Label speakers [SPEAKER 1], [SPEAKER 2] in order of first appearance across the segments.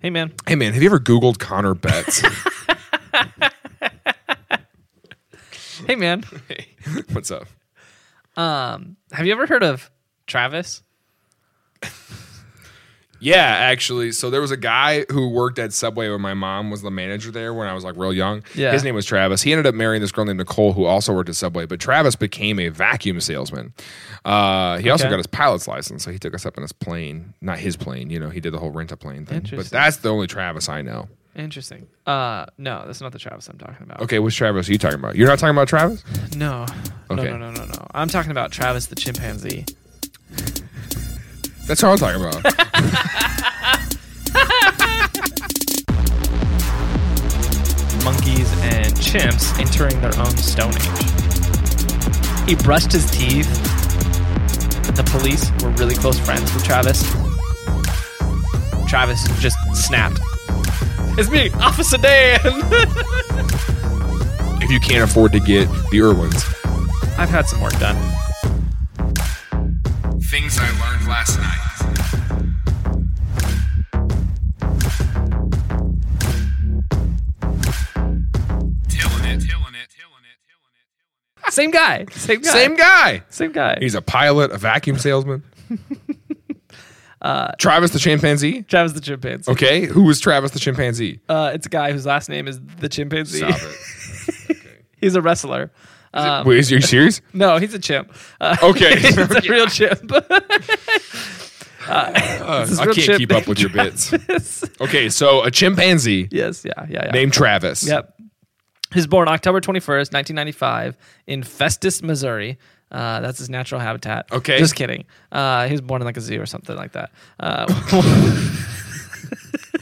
[SPEAKER 1] Hey, man.
[SPEAKER 2] Hey man, have you ever Googled Connor Betts?
[SPEAKER 1] Hey, man.
[SPEAKER 2] hey, what's up?
[SPEAKER 1] Um, have you ever heard of Travis?
[SPEAKER 2] Yeah, actually. So there was a guy who worked at Subway when my mom was the manager there when I was like real young.
[SPEAKER 1] Yeah.
[SPEAKER 2] His name was Travis. He ended up marrying this girl named Nicole who also worked at Subway, but Travis became a vacuum salesman. Uh, he also
[SPEAKER 1] Okay.
[SPEAKER 2] got his pilot's license, so he took us up in his plane. Not his plane, you know, he did the whole rent a plane thing. But
[SPEAKER 1] Interesting.
[SPEAKER 2] that's the only Travis I know.
[SPEAKER 1] Interesting. Uh, no, that's not the Travis I'm talking about.
[SPEAKER 2] Okay, which Travis are you talking about? You're not talking about Travis?
[SPEAKER 1] No.
[SPEAKER 2] Okay.
[SPEAKER 1] No, no, no, no, no. I'm talking about Travis the chimpanzee.
[SPEAKER 2] That's what I'm talking about.
[SPEAKER 1] Monkeys and chimps entering their own stone age. He brushed his teeth. The police were really close friends with Travis. Travis just snapped. It's me, Officer Dan.
[SPEAKER 2] if you can't afford to get the Irwins.
[SPEAKER 1] I've had some work done.
[SPEAKER 2] Things I learned last night. Tilling it, tilling it, tilling
[SPEAKER 1] Same guy. Same guy.
[SPEAKER 2] Same guy.
[SPEAKER 1] Same guy.
[SPEAKER 2] He's a pilot, a vacuum salesman.
[SPEAKER 1] Uh,
[SPEAKER 2] Travis the chimpanzee.
[SPEAKER 1] Travis the chimpanzee.
[SPEAKER 2] Okay, who is Travis the chimpanzee?
[SPEAKER 1] Uh, it's a guy whose last name is the chimpanzee.
[SPEAKER 2] Stop it.
[SPEAKER 1] He's a wrestler. Um,
[SPEAKER 2] Wait, is you serious?
[SPEAKER 1] no, he's a chimp. Uh,
[SPEAKER 2] Okay.
[SPEAKER 1] he's a real chimp.
[SPEAKER 2] Uh,
[SPEAKER 1] is
[SPEAKER 2] I
[SPEAKER 1] real
[SPEAKER 2] can't
[SPEAKER 1] chip-
[SPEAKER 2] keep up with your bits. Okay, so a chimpanzee
[SPEAKER 1] yes, yeah, yeah, yeah.
[SPEAKER 2] named Travis.
[SPEAKER 1] Yep. He was born October 21st, 1995, in Festus, Missouri. Uh, that's his natural habitat.
[SPEAKER 2] Okay.
[SPEAKER 1] Just kidding. Uh, he was born in like a zoo or something like that. Uh,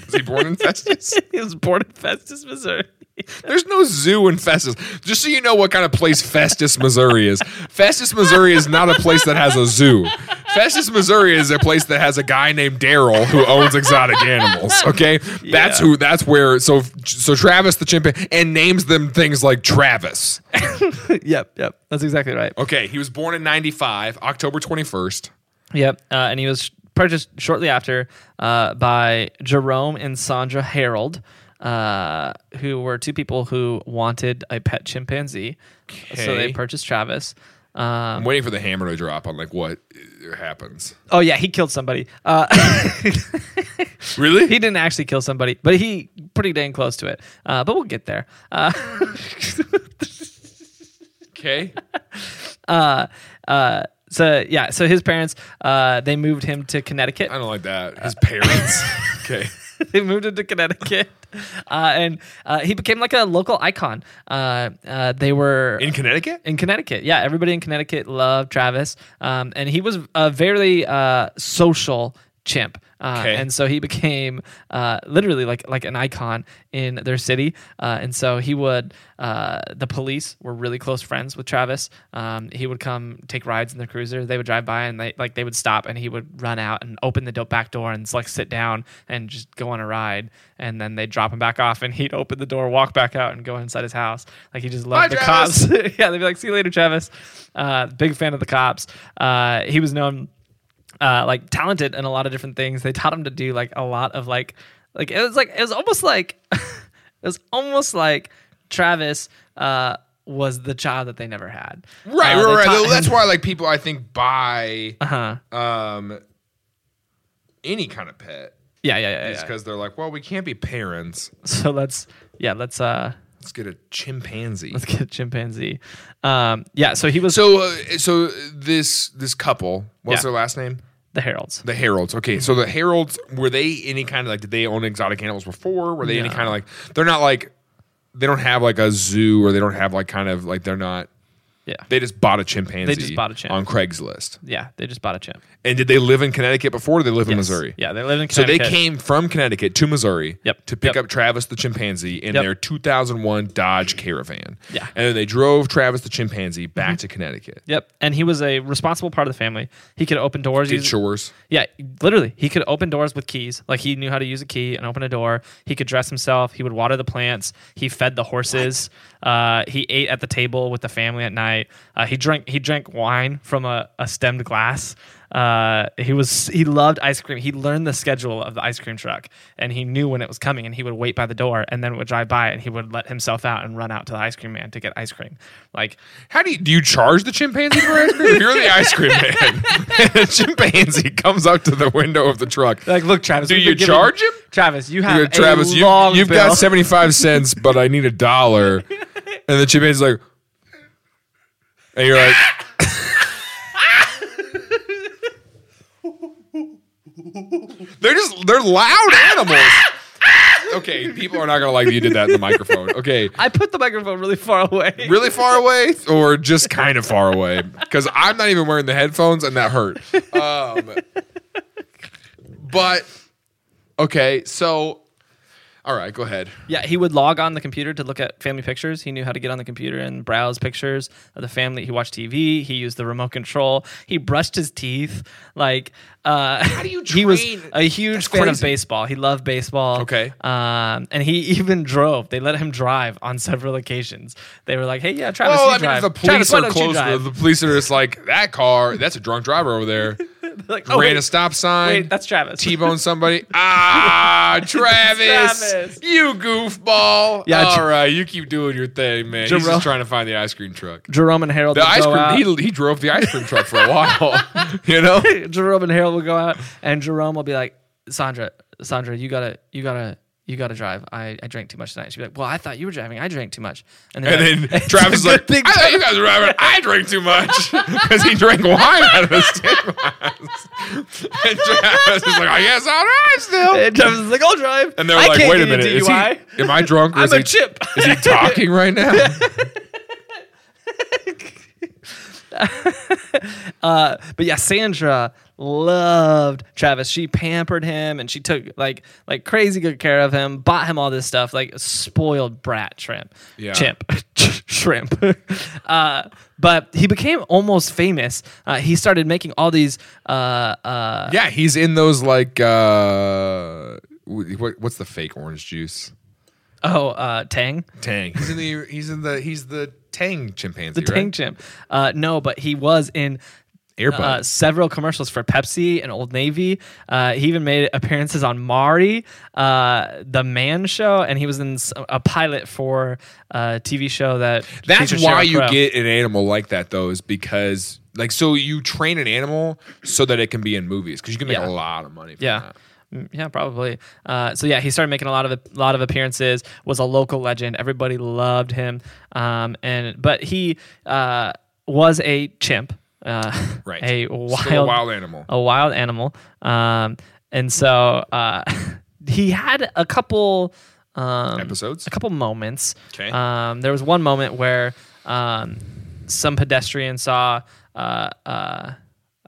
[SPEAKER 2] Was he born in Festus?
[SPEAKER 1] he was born in Festus, Missouri.
[SPEAKER 2] There's no zoo in Festus. Just so you know what kind of place Festus, Missouri is. Festus, Missouri is not a place that has a zoo. Festus, Missouri is a place that has a guy named Daryl who owns exotic animals. Okay, that's
[SPEAKER 1] Yeah.
[SPEAKER 2] who. That's where. So, so Travis the chimpanzee and names them things like Travis.
[SPEAKER 1] yep, yep. That's exactly right.
[SPEAKER 2] Okay, he was born in '95, October 21st.
[SPEAKER 1] Yep. Uh, and he was purchased shortly after uh, by Jerome and Sandra Harold, uh, who were two people who wanted a pet chimpanzee. So
[SPEAKER 2] Okay.
[SPEAKER 1] they purchased Travis.
[SPEAKER 2] I'm
[SPEAKER 1] Um,
[SPEAKER 2] waiting for the hammer to drop on like what uh, happens.
[SPEAKER 1] oh, yeah, he killed somebody. Uh,
[SPEAKER 2] Really?
[SPEAKER 1] he didn't actually kill somebody, but he pretty dang close to it. Uh, but we'll get there. Uh,
[SPEAKER 2] okay.
[SPEAKER 1] uh, so yeah, so his parents uh, they moved him to Connecticut.
[SPEAKER 2] I don't like that. His parents. okay.
[SPEAKER 1] they moved him to Connecticut, uh, and uh, he became like a local icon. Uh, uh, they were
[SPEAKER 2] In Connecticut.
[SPEAKER 1] in Connecticut. Yeah, everybody in Connecticut loved Travis, um, and he was a very uh, social chimp. Uh,
[SPEAKER 2] Okay.
[SPEAKER 1] And so he became uh, literally like like an icon in their city. Uh, and so he would. Uh, the police were really close friends with Travis. Um, he would come take rides in their cruiser. They would drive by and they like they would stop and he would run out and open the do- back door and like sit down and just go on a ride. And then they'd drop him back off and he'd open the door, walk back out, and go inside his house. Like he just loved
[SPEAKER 2] Bye,
[SPEAKER 1] the
[SPEAKER 2] Travis.
[SPEAKER 1] cops yeah, they'd be like, "See you later, Travis." Uh, big fan of the cops. Uh, he was known uh, like talented in a lot of different things. They taught him to do like a lot of like like it was like it was almost like it was almost like Travis uh, was the child that they never had.
[SPEAKER 2] Right,
[SPEAKER 1] Uh, they
[SPEAKER 2] right, right.
[SPEAKER 1] taught
[SPEAKER 2] That's
[SPEAKER 1] him-
[SPEAKER 2] why, like, people I think buy
[SPEAKER 1] Uh-huh.
[SPEAKER 2] um any kind of pet
[SPEAKER 1] Yeah, yeah, yeah.
[SPEAKER 2] is
[SPEAKER 1] yeah.
[SPEAKER 2] because they're like, well, we can't be parents.
[SPEAKER 1] So let's yeah, let's uh
[SPEAKER 2] Let's get a chimpanzee.
[SPEAKER 1] let's get a chimpanzee. Um, yeah, so he was
[SPEAKER 2] So, uh, so this this couple, what's
[SPEAKER 1] Yeah.
[SPEAKER 2] their last name?
[SPEAKER 1] the heralds.
[SPEAKER 2] The Heralds. Okay, so the Heralds were they any kind of like? Did they own exotic animals before? Were they any
[SPEAKER 1] No.
[SPEAKER 2] kind of like? They're not like. They don't have like a zoo, or they don't have like kind of like they're not.
[SPEAKER 1] Yeah.
[SPEAKER 2] They just bought a chimpanzee.
[SPEAKER 1] bought a chimp.
[SPEAKER 2] on Craigslist.
[SPEAKER 1] Yeah, they just bought a chimp.
[SPEAKER 2] And did they live in Connecticut before? Or did they live in
[SPEAKER 1] Yes.
[SPEAKER 2] Missouri?
[SPEAKER 1] Yeah, they live in
[SPEAKER 2] So they
[SPEAKER 1] Connecticut.
[SPEAKER 2] came from Connecticut to Missouri
[SPEAKER 1] Yep.
[SPEAKER 2] to pick
[SPEAKER 1] Yep.
[SPEAKER 2] up Travis the chimpanzee in
[SPEAKER 1] Yep.
[SPEAKER 2] their 2001 Dodge Caravan.
[SPEAKER 1] Yeah. Mm-hmm.
[SPEAKER 2] And then they drove Travis the chimpanzee back to Connecticut.
[SPEAKER 1] Yep, and he was a responsible part of the family. He could open doors.
[SPEAKER 2] Did
[SPEAKER 1] use-
[SPEAKER 2] chores.
[SPEAKER 1] Yeah, literally, he could open doors with keys. Like he knew how to use a key and open a door. He could dress himself. He would water the plants. He fed the horses. Uh, he ate at the table with the family at night. Uh, he drank. He drank wine from a, a stemmed glass. Uh, he was he loved ice cream. He learned the schedule of the ice cream truck, and he knew when it was coming. And he would wait by the door, and then would drive by, and he would let himself out and run out to the ice cream man to get ice cream. Like
[SPEAKER 2] How do you, do you charge the chimpanzee for ice cream? If you're the ice cream man, and a chimpanzee comes up to the window of the truck.
[SPEAKER 1] Like, look, Travis.
[SPEAKER 2] Do
[SPEAKER 1] we've
[SPEAKER 2] you
[SPEAKER 1] been giving-
[SPEAKER 2] charge him?
[SPEAKER 1] Travis, you have
[SPEAKER 2] You're,
[SPEAKER 1] a
[SPEAKER 2] Travis, you,
[SPEAKER 1] long
[SPEAKER 2] you've
[SPEAKER 1] bill."
[SPEAKER 2] got 75 cents, but I need a dollar. And the chimpanzee's like, and you're like, they're just, they're loud animals. Okay, people are not going to like that you did that in the microphone. Okay.
[SPEAKER 1] I put the microphone really far away.
[SPEAKER 2] really far away or just kind of far away because i'm not even wearing the headphones and that hurt um, but okay so all right go ahead
[SPEAKER 1] Yeah, he would log on the computer to look at family pictures. He knew how to get on the computer and browse pictures of the family. He watched TV. He used the remote control. He brushed his teeth. Like, uh, how
[SPEAKER 2] do you
[SPEAKER 1] He was
[SPEAKER 2] train?
[SPEAKER 1] a huge
[SPEAKER 2] That's
[SPEAKER 1] fan of
[SPEAKER 2] crazy.
[SPEAKER 1] baseball. He loved baseball.
[SPEAKER 2] Okay.
[SPEAKER 1] um, and he even drove. They let him drive on several occasions. They were like, "Hey, yeah, Travis,
[SPEAKER 2] well
[SPEAKER 1] you
[SPEAKER 2] Oh, i mean
[SPEAKER 1] drive.
[SPEAKER 2] if the
[SPEAKER 1] Travis,
[SPEAKER 2] police
[SPEAKER 1] why
[SPEAKER 2] are
[SPEAKER 1] don't you
[SPEAKER 2] close
[SPEAKER 1] drive?"
[SPEAKER 2] the police are just like that car that's a drunk driver over there
[SPEAKER 1] like,
[SPEAKER 2] ran
[SPEAKER 1] oh, wait,
[SPEAKER 2] a stop sign
[SPEAKER 1] wait, that's Travis.
[SPEAKER 2] t-bone somebody ah travis,
[SPEAKER 1] Travis.
[SPEAKER 2] you goofball
[SPEAKER 1] Yeah,
[SPEAKER 2] all
[SPEAKER 1] J-
[SPEAKER 2] right you keep doing your thing man he's
[SPEAKER 1] Jerome-
[SPEAKER 2] just trying to find the ice cream truck
[SPEAKER 1] Jerome and Harold.
[SPEAKER 2] the
[SPEAKER 1] would
[SPEAKER 2] ice
[SPEAKER 1] go out.
[SPEAKER 2] cream he, he drove the ice cream truck for a while you know
[SPEAKER 1] Jerome and Harold will go out, and Jerome will be like, "Sandra, Sandra, you gotta, you gotta, you gotta drive. I, I drank too much tonight." She'd be like, "Well, I thought you were driving. I drank too much." they're like,
[SPEAKER 2] And then
[SPEAKER 1] "It's
[SPEAKER 2] Travis
[SPEAKER 1] a
[SPEAKER 2] is
[SPEAKER 1] good
[SPEAKER 2] like,
[SPEAKER 1] thing
[SPEAKER 2] I thought you guys were driving. I drank too much because he drank wine out of his tin glass. And Travis is like, I guess I'll drive still.
[SPEAKER 1] And Travis is like, "I'll drive."
[SPEAKER 2] And they're
[SPEAKER 1] I
[SPEAKER 2] like,
[SPEAKER 1] can't
[SPEAKER 2] wait a
[SPEAKER 1] get
[SPEAKER 2] minute. Is he,
[SPEAKER 1] DUI.
[SPEAKER 2] am I drunk or
[SPEAKER 1] I'm
[SPEAKER 2] is,
[SPEAKER 1] a
[SPEAKER 2] he,
[SPEAKER 1] chip.
[SPEAKER 2] is he talking right now?
[SPEAKER 1] Uh, but yeah, Sandra loved Travis. She pampered him and she took like like crazy good care of him. Bought him all this stuff, like a spoiled brat shrimp,
[SPEAKER 2] Yeah.
[SPEAKER 1] chimp, shrimp. uh, but he became almost famous. Uh, he started making all these. Uh, uh,
[SPEAKER 2] yeah, he's in those like, uh, wh- what, what's the fake orange juice?
[SPEAKER 1] oh, uh, Tang,
[SPEAKER 2] Tang. He's in the, he's in the, he's the Tang chimpanzee,
[SPEAKER 1] the Tang
[SPEAKER 2] right?
[SPEAKER 1] chimp. Uh, no, but he was in.
[SPEAKER 2] Airbud.
[SPEAKER 1] uh, several commercials for Pepsi and Old Navy. Uh, he even made appearances on Mari, uh, The Man Show, and he was in s- a pilot for a TV show that.
[SPEAKER 2] That's
[SPEAKER 1] featured
[SPEAKER 2] why
[SPEAKER 1] Sheryl
[SPEAKER 2] you
[SPEAKER 1] Crow.
[SPEAKER 2] get an animal like that, though, is because like so you train an animal so that it can be in movies because you can make
[SPEAKER 1] Yeah.
[SPEAKER 2] a lot of money. From
[SPEAKER 1] Yeah.
[SPEAKER 2] that.
[SPEAKER 1] Mm, Yeah, probably. Uh, so yeah, he started making a lot of a lot of appearances. Was a local legend. Everybody loved him. Um, and but he uh, was a chimp, uh,
[SPEAKER 2] Right.
[SPEAKER 1] A
[SPEAKER 2] Still a
[SPEAKER 1] wild,
[SPEAKER 2] wild animal.
[SPEAKER 1] a wild animal. Um, and so uh, he had a couple um,
[SPEAKER 2] Episodes?
[SPEAKER 1] a couple moments.
[SPEAKER 2] Okay.
[SPEAKER 1] Um, there was one moment where um, some pedestrian saw uh, uh,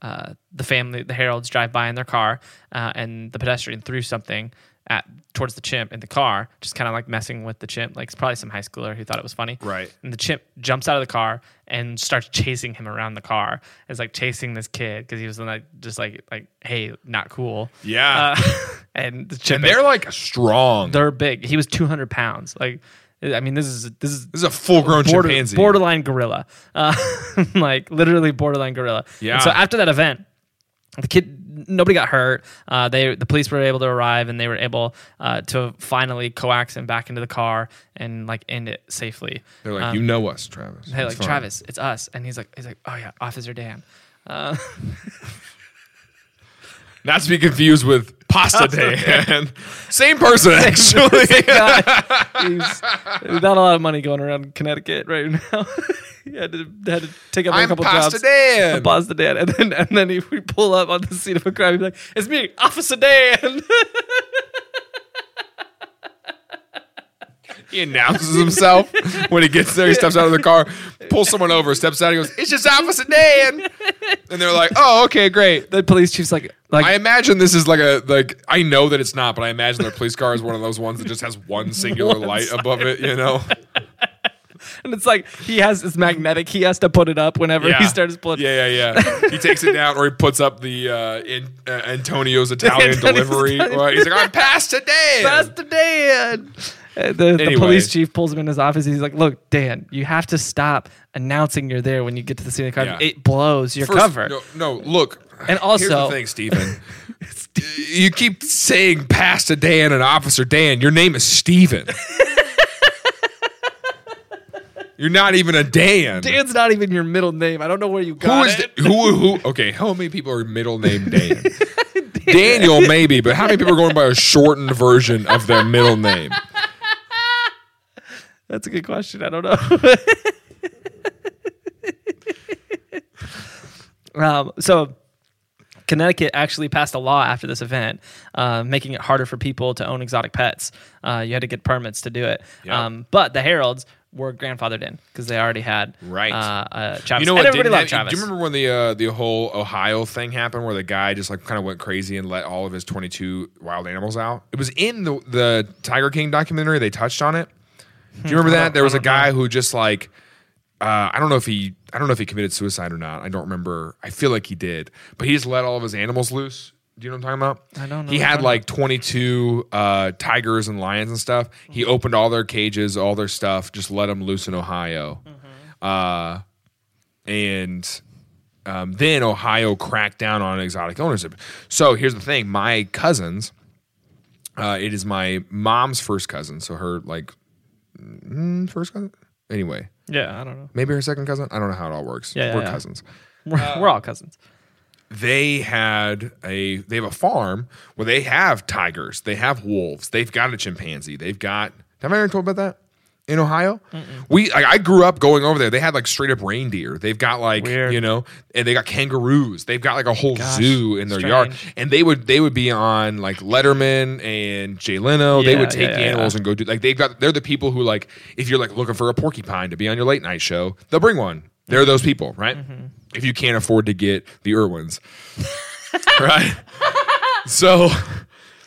[SPEAKER 1] uh, the family, the Heralds, drive by in their car, uh, and the pedestrian threw something. At, towards the chimp in the car, just kind of like messing with the chimp. Like it's probably some high schooler who thought it was funny.
[SPEAKER 2] Right.
[SPEAKER 1] And the chimp jumps out of the car and starts chasing him around the car. It's like chasing this kid because he was like just like like hey, not cool.
[SPEAKER 2] Yeah.
[SPEAKER 1] Uh, and the chimp
[SPEAKER 2] and they're like strong.
[SPEAKER 1] they're big. He was 200 pounds. Like, I mean, this is this is
[SPEAKER 2] this is a full grown
[SPEAKER 1] border,
[SPEAKER 2] chimpanzee.
[SPEAKER 1] borderline gorilla. Uh, like literally borderline gorilla.
[SPEAKER 2] Yeah.
[SPEAKER 1] And so after that event, the kid, nobody got hurt. Uh, they the police were able to arrive and they were able uh, to finally coax him back into the car and like end it safely. Um,
[SPEAKER 2] They're like, you know us, Travis.
[SPEAKER 1] Hey,
[SPEAKER 2] It's
[SPEAKER 1] like
[SPEAKER 2] fine."
[SPEAKER 1] Travis, it's us. And he's like, he's like, oh yeah, Officer Dan. Uh,
[SPEAKER 2] Not to be confused with Pasta Dan. Same person, actually.
[SPEAKER 1] he's not a lot of money going around Connecticut right now. he had to, had to take up a
[SPEAKER 2] I'm
[SPEAKER 1] couple
[SPEAKER 2] Pasta
[SPEAKER 1] jobs.
[SPEAKER 2] Dan.
[SPEAKER 1] Pasta Dan, and then and then if we pull up on the scene of a crime, he'd be like, "It's me, Officer Dan."
[SPEAKER 2] He announces himself when he gets there. He steps out of the car, pulls someone over, steps out. He goes, "It's just Officer Dan," and they're like, "Oh, okay, great."
[SPEAKER 1] the police chief's like, "Like,
[SPEAKER 2] I imagine this is like a like I know that it's not, but I imagine their police car is one of those ones that just has one singular
[SPEAKER 1] One
[SPEAKER 2] light above it, you know?
[SPEAKER 1] and it's like he has it's magnetic. He has to put it up whenever he starts pulling.
[SPEAKER 2] Yeah, yeah, yeah. He takes it down, or he puts up the uh, in, uh, Antonio's Italian
[SPEAKER 1] Antonio's
[SPEAKER 2] delivery.
[SPEAKER 1] Italian-
[SPEAKER 2] Right? He's like, "I'm past today."
[SPEAKER 1] Pastor Dan. Uh, The, the
[SPEAKER 2] Anyway.
[SPEAKER 1] police chief pulls him in his office. He's like, "Look, Dan, you have to stop announcing you're there when you get to the scene of the crime.
[SPEAKER 2] Yeah.
[SPEAKER 1] It blows your
[SPEAKER 2] First-
[SPEAKER 1] cover."
[SPEAKER 2] No, no, look,
[SPEAKER 1] And
[SPEAKER 2] Here's
[SPEAKER 1] also,
[SPEAKER 2] the thing, Stephen. you keep saying Pastor Dan and Officer Dan. Your name is Stephen. You're not even a Dan.
[SPEAKER 1] Dan's not even your middle name. I don't know where you
[SPEAKER 2] who
[SPEAKER 1] got
[SPEAKER 2] is
[SPEAKER 1] it.
[SPEAKER 2] the- who? Who? Okay, how many people are middle name Dan? Daniel, maybe, but how many people are going by a shortened version of their middle name?
[SPEAKER 1] That's a good question. I don't know. um, so, Connecticut actually passed a law after this event, uh, making it harder for people to own exotic pets. Uh, you had to get permits to do it.
[SPEAKER 2] Yeah.
[SPEAKER 1] Um, but the Heralds were grandfathered in because they already had
[SPEAKER 2] Right.
[SPEAKER 1] uh, uh, Travis.
[SPEAKER 2] You know
[SPEAKER 1] And
[SPEAKER 2] what?
[SPEAKER 1] everybody
[SPEAKER 2] didn't
[SPEAKER 1] loved
[SPEAKER 2] that-
[SPEAKER 1] Travis.
[SPEAKER 2] Do you remember when the uh, the whole Ohio thing happened, where the guy just like kind of went crazy and let all of his twenty two wild animals out? It was in the the Tiger King documentary. They touched on it. Do you remember that? There was a guy who just like uh, I don't know if he I don't know if he committed suicide or not. I don't remember. I feel like he did, but he just let all of his animals loose. Do you know what I'm talking about?
[SPEAKER 1] I don't know
[SPEAKER 2] He
[SPEAKER 1] what
[SPEAKER 2] had
[SPEAKER 1] you're
[SPEAKER 2] like 22 uh, tigers and lions and stuff.
[SPEAKER 1] Mm-hmm.
[SPEAKER 2] He opened all their cages, all their stuff, just let them loose in Ohio.
[SPEAKER 1] Mm-hmm.
[SPEAKER 2] Uh, and um, then Ohio cracked down on exotic ownership. So here's the thing: my cousins, uh, it is my mom's first cousin, so her like mm, first cousin. Anyway,
[SPEAKER 1] yeah, I don't know.
[SPEAKER 2] maybe her second cousin. I don't know how it all works.
[SPEAKER 1] Yeah, yeah,
[SPEAKER 2] We're
[SPEAKER 1] yeah.
[SPEAKER 2] cousins
[SPEAKER 1] We're,
[SPEAKER 2] Uh,
[SPEAKER 1] we're all cousins.
[SPEAKER 2] they had a they have a farm where they have tigers, they have wolves, they've got a chimpanzee, they've got. Have I ever told about that in Ohio? We I, I grew up going over there. They had like straight up reindeer. They've got like
[SPEAKER 1] Weird.
[SPEAKER 2] you know, and they got kangaroos. They've got like a whole
[SPEAKER 1] Gosh,
[SPEAKER 2] zoo in their yard,
[SPEAKER 1] strange.
[SPEAKER 2] and they would they would be on like Letterman and Jay Leno. they
[SPEAKER 1] Yeah,
[SPEAKER 2] would take
[SPEAKER 1] yeah,
[SPEAKER 2] the
[SPEAKER 1] yeah.
[SPEAKER 2] animals and go do like they've got. They're the people who like if you're like looking for a porcupine to be on your late night show, they'll bring one. They're those people, right?
[SPEAKER 1] Mm-hmm.
[SPEAKER 2] If you can't afford to get the Irwins right? so,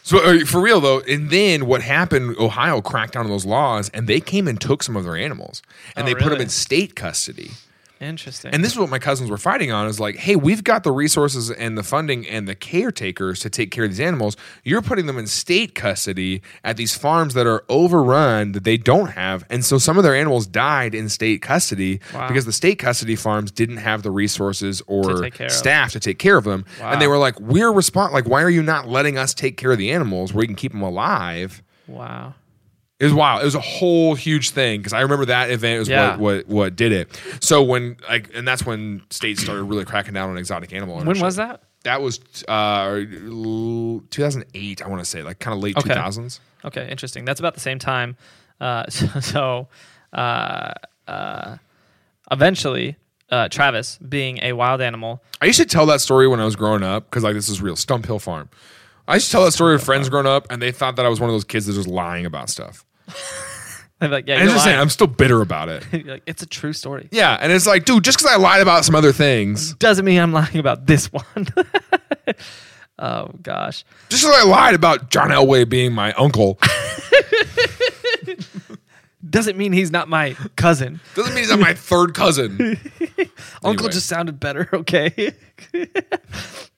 [SPEAKER 2] so uh, for real though, and then what happened? Ohio cracked down on those laws, and they came and took some of their animals, and
[SPEAKER 1] Oh,
[SPEAKER 2] they put them
[SPEAKER 1] really?
[SPEAKER 2] in state custody.
[SPEAKER 1] Interesting.
[SPEAKER 2] And this is what my cousins were fighting on: is like, hey, we've got the resources and the funding and the caretakers to take care of these animals. You're putting them in state custody at these farms that are overrun that they don't have, and so some of their animals died in state custody
[SPEAKER 1] Wow.
[SPEAKER 2] because the state custody farms didn't have the resources or
[SPEAKER 1] take care of.
[SPEAKER 2] staff to take care of them. And they were like, we're respond like, why are you not letting us take care of the animals where you can keep them alive?
[SPEAKER 1] wow.
[SPEAKER 2] It was wild. It was a whole huge thing because I remember that event was
[SPEAKER 1] Yeah.
[SPEAKER 2] what, what what did it. So when like, and that's when states started really cracking down on exotic animal ownership.
[SPEAKER 1] When was that?
[SPEAKER 2] That was uh, l- 2008. I want to say like kind of late
[SPEAKER 1] Okay.
[SPEAKER 2] 2000s.
[SPEAKER 1] Okay, interesting. That's about the same time. Uh, so, so uh, uh, eventually, uh, Travis, being a wild animal,
[SPEAKER 2] I used to tell that story when I was growing up because like this is real Stump Hill Farm. I used to tell that story to friends growing up, and they thought that I was one of those kids that was lying about stuff.
[SPEAKER 1] I'm like, yeah,
[SPEAKER 2] And
[SPEAKER 1] you're
[SPEAKER 2] it's just saying,
[SPEAKER 1] lying.
[SPEAKER 2] I'm still bitter about it.
[SPEAKER 1] You're like, it's a true story.
[SPEAKER 2] Yeah, and it's like, dude, just because I lied about some other things,
[SPEAKER 1] Doesn't mean I'm lying about this one. oh gosh.
[SPEAKER 2] just because I lied about John Elway being my uncle,
[SPEAKER 1] Doesn't mean he's not my cousin.
[SPEAKER 2] doesn't mean he's not my third cousin.
[SPEAKER 1] Uncle
[SPEAKER 2] Anyway.
[SPEAKER 1] just sounded better, okay?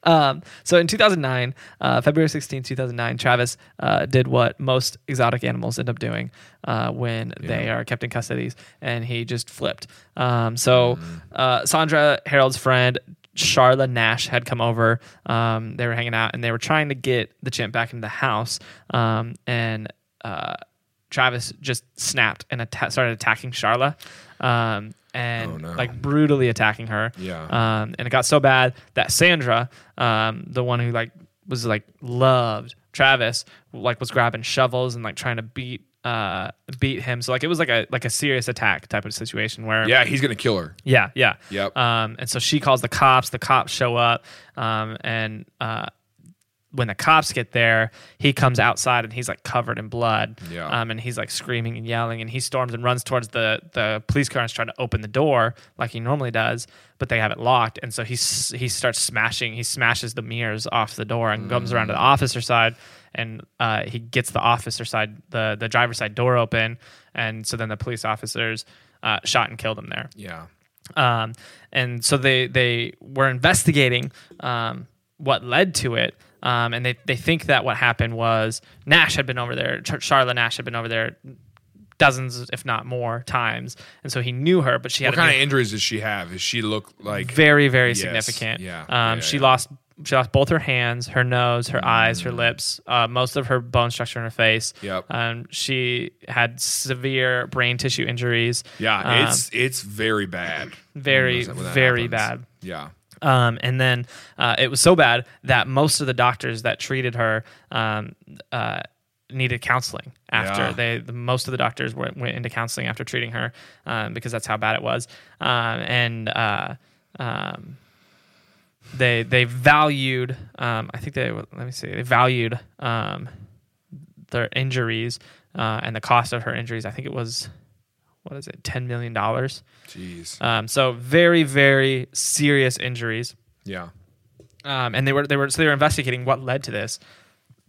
[SPEAKER 1] um, so in 2009, uh, February 16, 2009, Travis uh, did what most exotic animals end up doing uh, when they are kept in custody, and he just flipped. Um, so
[SPEAKER 2] Mm.
[SPEAKER 1] uh, Sandra, Harold's friend, Charla Nash had come over. Um, they were hanging out, and they were trying to get the chimp back into the house. Um, and uh, Travis just snapped and atta- started attacking Charla. Um, and
[SPEAKER 2] Oh, no.
[SPEAKER 1] like brutally attacking her.
[SPEAKER 2] Yeah.
[SPEAKER 1] Um, and it got so bad that Sandra, um, the one who like was like loved Travis, like was grabbing shovels and like trying to beat uh beat him. So like it was like a like a serious attack type of situation where
[SPEAKER 2] Yeah, he's gonna kill her.
[SPEAKER 1] yeah, yeah.
[SPEAKER 2] Yep.
[SPEAKER 1] Um, and so she calls the cops. The cops show up, um, and uh, when the cops get there, he comes outside and he's like covered in blood.
[SPEAKER 2] Yeah.
[SPEAKER 1] Um, and he's like screaming and yelling, and he storms and runs towards the the police car and is trying to open the door like he normally does, but they have it locked, and so he s- he starts smashing. He smashes the mirrors off the door and comes around to the
[SPEAKER 2] Mm.
[SPEAKER 1] officer side. And uh, he gets the officer side, the the driver's side door open, and so then the police officers uh, shot and killed him there
[SPEAKER 2] Yeah.
[SPEAKER 1] um, and so they they were investigating um, what led to it, um, and they they think that what happened was Nash had been over there, Char- Charlotte Nash had been over there dozens, if not more, times, and so he knew her. But she had
[SPEAKER 2] What
[SPEAKER 1] a
[SPEAKER 2] kind
[SPEAKER 1] new
[SPEAKER 2] of injuries does she have? Does she look like
[SPEAKER 1] very very
[SPEAKER 2] Yes.
[SPEAKER 1] significant.
[SPEAKER 2] Yeah.
[SPEAKER 1] Um,
[SPEAKER 2] Yeah,
[SPEAKER 1] she
[SPEAKER 2] yeah.
[SPEAKER 1] lost she lost both her hands, her nose, her eyes, her lips, uh, most of her bone structure in her face.
[SPEAKER 2] Yep.
[SPEAKER 1] Um, she had severe brain tissue injuries.
[SPEAKER 2] Yeah,
[SPEAKER 1] Um,
[SPEAKER 2] it's it's very bad.
[SPEAKER 1] very
[SPEAKER 2] When that
[SPEAKER 1] very
[SPEAKER 2] happens.
[SPEAKER 1] bad.
[SPEAKER 2] Yeah.
[SPEAKER 1] Um, and then uh, it was so bad that most of the doctors that treated her um, uh, needed counseling after
[SPEAKER 2] Yeah.
[SPEAKER 1] they. The, most of the doctors went, went into counseling after treating her um, because that's how bad it was. Um, and uh, um, they they valued. Um, I think they let me see. They valued um, their injuries uh, and the cost of her injuries. I think it was what is it, ten million dollars.
[SPEAKER 2] Jeez.
[SPEAKER 1] Um, so very very serious injuries
[SPEAKER 2] Yeah.
[SPEAKER 1] um, and they were they were so they were investigating what led to this.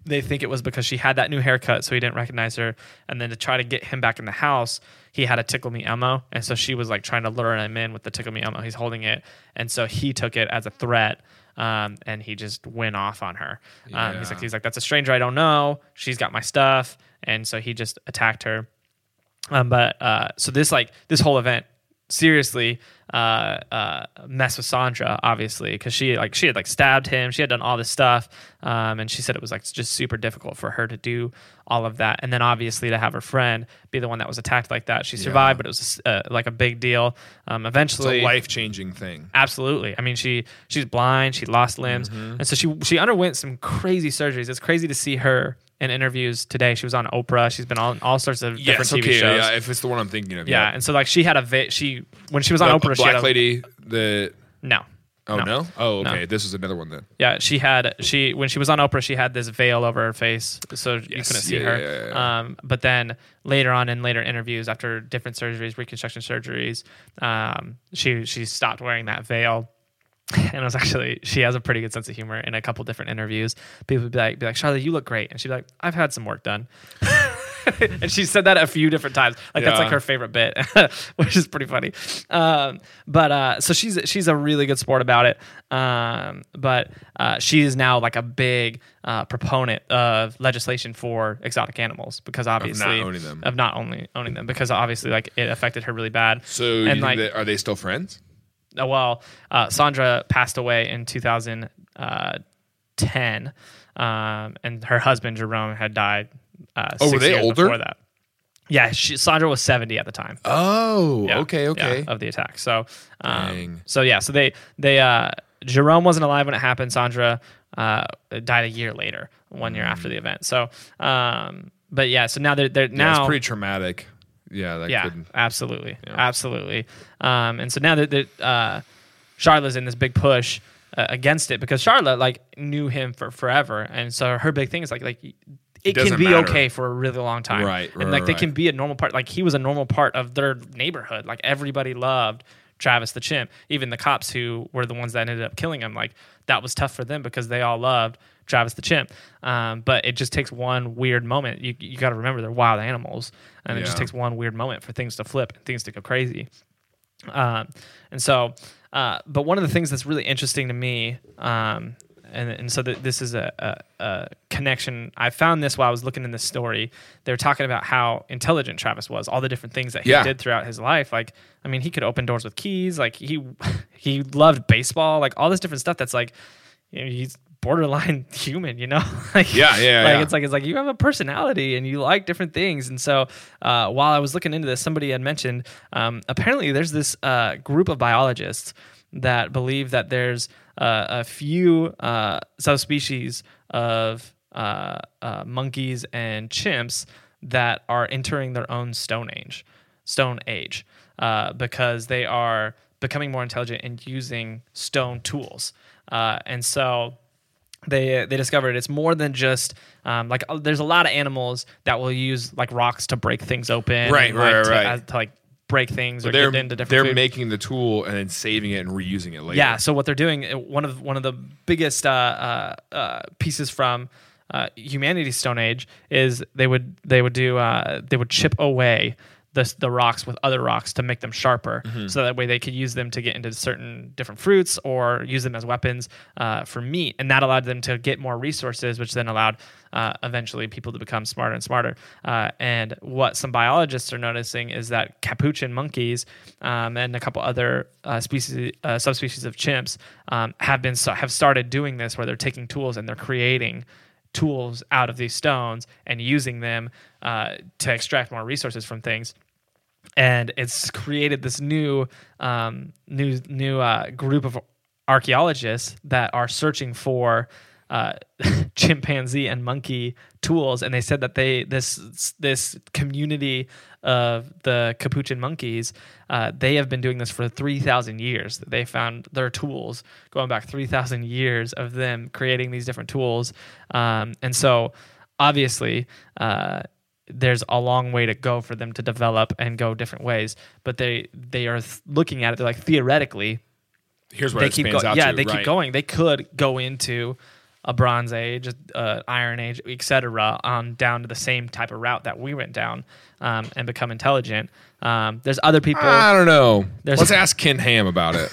[SPEAKER 1] They think it was because she had that new haircut, so he didn't recognize her. And then to try to get him back in the house, he had a tickle me Elmo, and so she was like trying to lure him in with the tickle me Elmo. He's holding it, and so he took it as a threat. Um, and he just went off on her. Um, He's
[SPEAKER 2] Yeah.
[SPEAKER 1] like, he's like, that's a stranger I don't know. She's got my stuff, and so he just attacked her. Um, but uh, so this like this whole event seriously uh, uh, messed with Sandra obviously because she like she had like stabbed him, she had done all this stuff, um, and she said it was like just super difficult for her to do all of that, and then obviously to have her friend be the one that was attacked like that. She survived, but it was uh, like a big deal. Um,
[SPEAKER 2] It's
[SPEAKER 1] eventually,
[SPEAKER 2] a life changing thing.
[SPEAKER 1] Absolutely. I mean, she she's blind. She lost limbs,
[SPEAKER 2] Mm-hmm.
[SPEAKER 1] and so she she underwent some crazy surgeries. It's crazy to see her in interviews today. She was on Oprah. She's been on all sorts of
[SPEAKER 2] Yes.
[SPEAKER 1] different TV
[SPEAKER 2] Okay.
[SPEAKER 1] shows.
[SPEAKER 2] Yeah. If it's the one I'm thinking of.
[SPEAKER 1] Yeah, and so like she had a va- she when she was on
[SPEAKER 2] The
[SPEAKER 1] Oprah, she had
[SPEAKER 2] black
[SPEAKER 1] a,
[SPEAKER 2] lady. The
[SPEAKER 1] No,
[SPEAKER 2] oh no. Oh
[SPEAKER 1] No.
[SPEAKER 2] okay. This is another one then.
[SPEAKER 1] yeah, she had she when she was on Oprah, she had this veil over her face, so you
[SPEAKER 2] Yes,
[SPEAKER 1] couldn't see
[SPEAKER 2] yeah,
[SPEAKER 1] her.
[SPEAKER 2] yeah, yeah,
[SPEAKER 1] Um, but then later on in later interviews, after different surgeries, reconstruction surgeries, um, she she stopped wearing that veil. And it was actually she has a pretty good sense of humor in a couple different interviews. People would be like, be like, Charlotte, you look great. And she'd be like, I've had some work done. and she said that a few different times. Like that's
[SPEAKER 2] Yeah.
[SPEAKER 1] like her favorite bit, which is pretty funny. Um, but uh, so she's she's a really good sport about it. Um, but uh, she is now like a big uh, proponent of legislation for exotic animals because obviously
[SPEAKER 2] owning them.
[SPEAKER 1] of not only owning them because obviously like it affected her really bad.
[SPEAKER 2] So
[SPEAKER 1] And,
[SPEAKER 2] you think
[SPEAKER 1] like-
[SPEAKER 2] that- are they still friends?
[SPEAKER 1] Uh, well, uh, Sandra passed away in 2010, um, and her husband Jerome had died. Uh,
[SPEAKER 2] Oh, were
[SPEAKER 1] six
[SPEAKER 2] they
[SPEAKER 1] years
[SPEAKER 2] older?
[SPEAKER 1] Before that. Yeah, she, Sandra was 70 at the time.
[SPEAKER 2] Oh.
[SPEAKER 1] Yeah,
[SPEAKER 2] okay.
[SPEAKER 1] yeah,
[SPEAKER 2] Okay.
[SPEAKER 1] of the attack. So, um,
[SPEAKER 2] Dang.
[SPEAKER 1] so yeah, so they they uh, Jerome wasn't alive when it happened. Sandra uh, died a year later, one year after the event. So, um, but yeah, so now they're they're
[SPEAKER 2] Hmm. yeah,
[SPEAKER 1] now
[SPEAKER 2] it's pretty traumatic. Yeah. That
[SPEAKER 1] yeah,
[SPEAKER 2] could,
[SPEAKER 1] absolutely,
[SPEAKER 2] Yeah.
[SPEAKER 1] absolutely. Um, and so now that, that uh, Charlotte's in this big push uh, against it because Charlotte like knew him for forever, and so her big thing is like like it can
[SPEAKER 2] doesn't
[SPEAKER 1] be
[SPEAKER 2] matter.
[SPEAKER 1] okay for a really long time,
[SPEAKER 2] Right,
[SPEAKER 1] And
[SPEAKER 2] right,
[SPEAKER 1] like they
[SPEAKER 2] right.
[SPEAKER 1] can be a normal part. Like he was a normal part of their neighborhood. Like everybody loved Travis the chimp. Even the cops who were the ones that ended up killing him. Like that was tough for them because they all loved. Travis the chimp, um, but it just takes one weird moment. You you got to remember they're wild animals, and it just
[SPEAKER 2] Yeah.
[SPEAKER 1] takes one weird moment for things to flip and things to go crazy. Um, and so, uh, but one of the things that's really interesting to me, um, and, and so that this is a, a, a connection. I found this while I was looking in this story. They were talking about how intelligent Travis was, all the different things that he
[SPEAKER 2] Yeah.
[SPEAKER 1] did throughout his life. Like, I mean, he could open doors with keys. Like he, he loved baseball. Like all this different stuff. That's like, you know, he's borderline human. You know, like
[SPEAKER 2] Yeah, yeah,
[SPEAKER 1] like
[SPEAKER 2] yeah.
[SPEAKER 1] it's like it's like you have a personality and you like different things. And so uh, while I was looking into this, somebody had mentioned um, apparently there's this uh, group of biologists that believe that there's uh, a few uh, subspecies of uh, uh, monkeys and chimps that are entering their own stone age, stone age, uh, because they are becoming more intelligent and using stone tools. Uh, and so they they discovered it's more than just um, like uh, there's a lot of animals that will use like rocks to break things open,
[SPEAKER 2] Right,
[SPEAKER 1] and, like,
[SPEAKER 2] right,
[SPEAKER 1] to,
[SPEAKER 2] right.
[SPEAKER 1] as- to like break things or
[SPEAKER 2] they're
[SPEAKER 1] get into different.
[SPEAKER 2] they're
[SPEAKER 1] food.
[SPEAKER 2] making the tool and then saving it and reusing it later.
[SPEAKER 1] Yeah. So what they're doing, uh, one of one of the biggest uh, uh, uh, pieces from uh, humanity's Stone Age is they would they would do uh, they would chip away the the rocks with other rocks to make them sharper, so that way they could use them to get into certain different fruits or use them as weapons uh, for meat, and that allowed them to get more resources, which then allowed uh, eventually people to become smarter and smarter. Uh, and what some biologists are noticing is that capuchin monkeys um, and a couple other uh, species, uh, subspecies of chimps, um, have been have started doing this, where they're taking tools and they're creating tools out of these stones and using them uh, to extract more resources from things. And it's created this new, um, new, new uh, group of archaeologists that are searching for uh, chimpanzee and monkey tools. And they said that they this this community of the capuchin monkeys, uh, they have been doing this for three thousand years. They found their tools going back three thousand years of them creating these different tools. Um, and so, obviously. Uh, there's a long way to go for them to develop and go different ways, but they they are th- looking at it. They're like theoretically,
[SPEAKER 2] Here's what
[SPEAKER 1] they
[SPEAKER 2] it
[SPEAKER 1] keep
[SPEAKER 2] spans
[SPEAKER 1] going.
[SPEAKER 2] out
[SPEAKER 1] Yeah,
[SPEAKER 2] to,
[SPEAKER 1] they
[SPEAKER 2] right.
[SPEAKER 1] keep going. They could go into a Bronze Age, uh, Iron Age, etc., um, down to the same type of route that we went down um, and become intelligent. Um, there's other people.
[SPEAKER 2] I don't know.
[SPEAKER 1] There's-
[SPEAKER 2] Let's ask Ken Ham about it.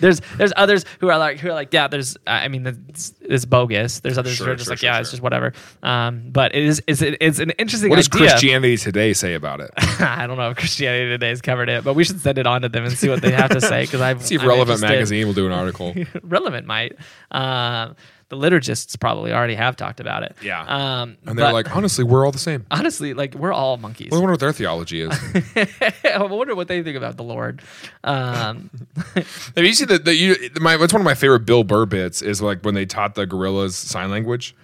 [SPEAKER 1] there's there's others who are like who are like yeah. There's I mean it's, it's bogus. There's others who
[SPEAKER 2] Sure,
[SPEAKER 1] are just
[SPEAKER 2] sure,
[SPEAKER 1] like
[SPEAKER 2] sure,
[SPEAKER 1] yeah, it's
[SPEAKER 2] sure.
[SPEAKER 1] just whatever. Um, but it is it's, it's an interesting
[SPEAKER 2] What does
[SPEAKER 1] idea.
[SPEAKER 2] Christianity Today say about it?
[SPEAKER 1] I don't know if Christianity Today's covered it, but we should send it on to them and see what they have to say because I've
[SPEAKER 2] See if
[SPEAKER 1] I'm
[SPEAKER 2] Relevant
[SPEAKER 1] interested.
[SPEAKER 2] Magazine will do an article.
[SPEAKER 1] relevant might. Um, the liturgists probably already have talked about it.
[SPEAKER 2] Yeah.
[SPEAKER 1] Um,
[SPEAKER 2] And they're
[SPEAKER 1] but
[SPEAKER 2] like, honestly, we're all the same.
[SPEAKER 1] honestly, like we're all monkeys.
[SPEAKER 2] I wonder what their theology is.
[SPEAKER 1] I wonder what they think about the Lord. Um,
[SPEAKER 2] Have you seen that? that you my that's one of my favorite Bill Burr bits is like when they taught the gorillas sign language.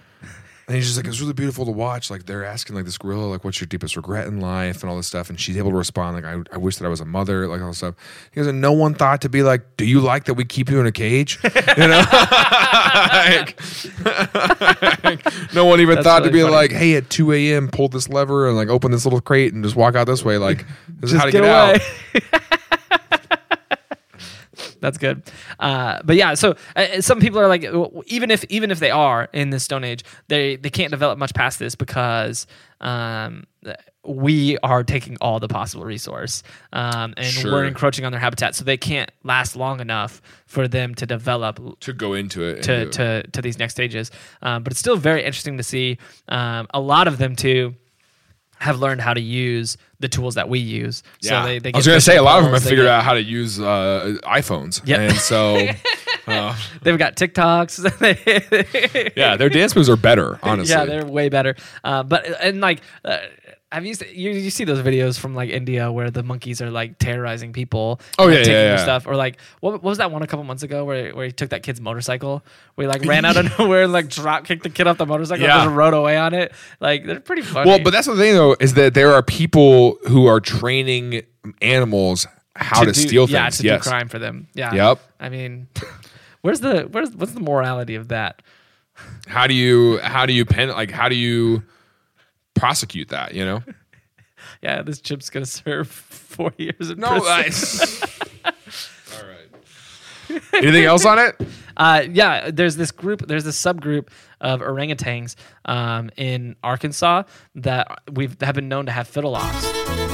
[SPEAKER 2] And he's just like, it's really beautiful to watch. Like they're asking like this gorilla, like, what's your deepest regret in life and all this stuff. And she's able to respond, like, I, I wish that I was a mother, like all this stuff. He goes, and no one thought to be like, do you like that we keep you in a cage? You know, Like- no one even
[SPEAKER 1] That's
[SPEAKER 2] thought to
[SPEAKER 1] really
[SPEAKER 2] be
[SPEAKER 1] funny.
[SPEAKER 2] like, hey, at 2 a.m., pull this lever and like open this little crate and just walk out this way. Like, this is how to get, out.
[SPEAKER 1] That's good. Uh, but yeah, so uh, some people are like, w- even if even if they are in the Stone Age, they they can't develop much past this because um, th- we are taking all the possible resource, um, and
[SPEAKER 2] Sure.
[SPEAKER 1] we're encroaching on their habitat, so they can't last long enough for them to develop
[SPEAKER 2] To go into it. and do
[SPEAKER 1] to
[SPEAKER 2] it.
[SPEAKER 1] to to these next stages. Um, but it's still very interesting to see. Um, a lot of them too have learned how to use the tools that we use. So they, they
[SPEAKER 2] I was
[SPEAKER 1] get
[SPEAKER 2] gonna say a
[SPEAKER 1] fishing
[SPEAKER 2] lot of them
[SPEAKER 1] poles,
[SPEAKER 2] have
[SPEAKER 1] they
[SPEAKER 2] figured
[SPEAKER 1] get-
[SPEAKER 2] out how to use uh, iPhones,
[SPEAKER 1] Yeah.
[SPEAKER 2] and so
[SPEAKER 1] They've got TikToks.
[SPEAKER 2] yeah, their dance moves are better, honestly.
[SPEAKER 1] yeah, they're way better. Uh, but and like. Uh, have you, se- you you see those videos from like India where the monkeys are like terrorizing people?
[SPEAKER 2] Oh,
[SPEAKER 1] like,
[SPEAKER 2] yeah,
[SPEAKER 1] taking
[SPEAKER 2] yeah,
[SPEAKER 1] their
[SPEAKER 2] yeah.
[SPEAKER 1] stuff or like what, what was that one a couple months ago where where he took that kid's motorcycle? Where he like ran out of nowhere and like drop kicked the kid off the motorcycle
[SPEAKER 2] Yeah.
[SPEAKER 1] and just rode away on it. Like they're pretty funny.
[SPEAKER 2] well, but that's the thing though is that there are people who are training animals how
[SPEAKER 1] do-
[SPEAKER 2] to, steal things.
[SPEAKER 1] Yeah, to
[SPEAKER 2] yes.
[SPEAKER 1] do crime for them. Yeah.
[SPEAKER 2] Yep.
[SPEAKER 1] I mean, where's the where's what's the morality of that?
[SPEAKER 2] How do you how do you pen like how do you prosecute that? You know.
[SPEAKER 1] Yeah, this chip's gonna serve four years in
[SPEAKER 2] No.
[SPEAKER 1] prison.
[SPEAKER 2] I, all right. Anything else on it?
[SPEAKER 1] Uh, yeah, there's this group, there's this subgroup of orangutans um, in Arkansas that we've have been known to have fiddle offs.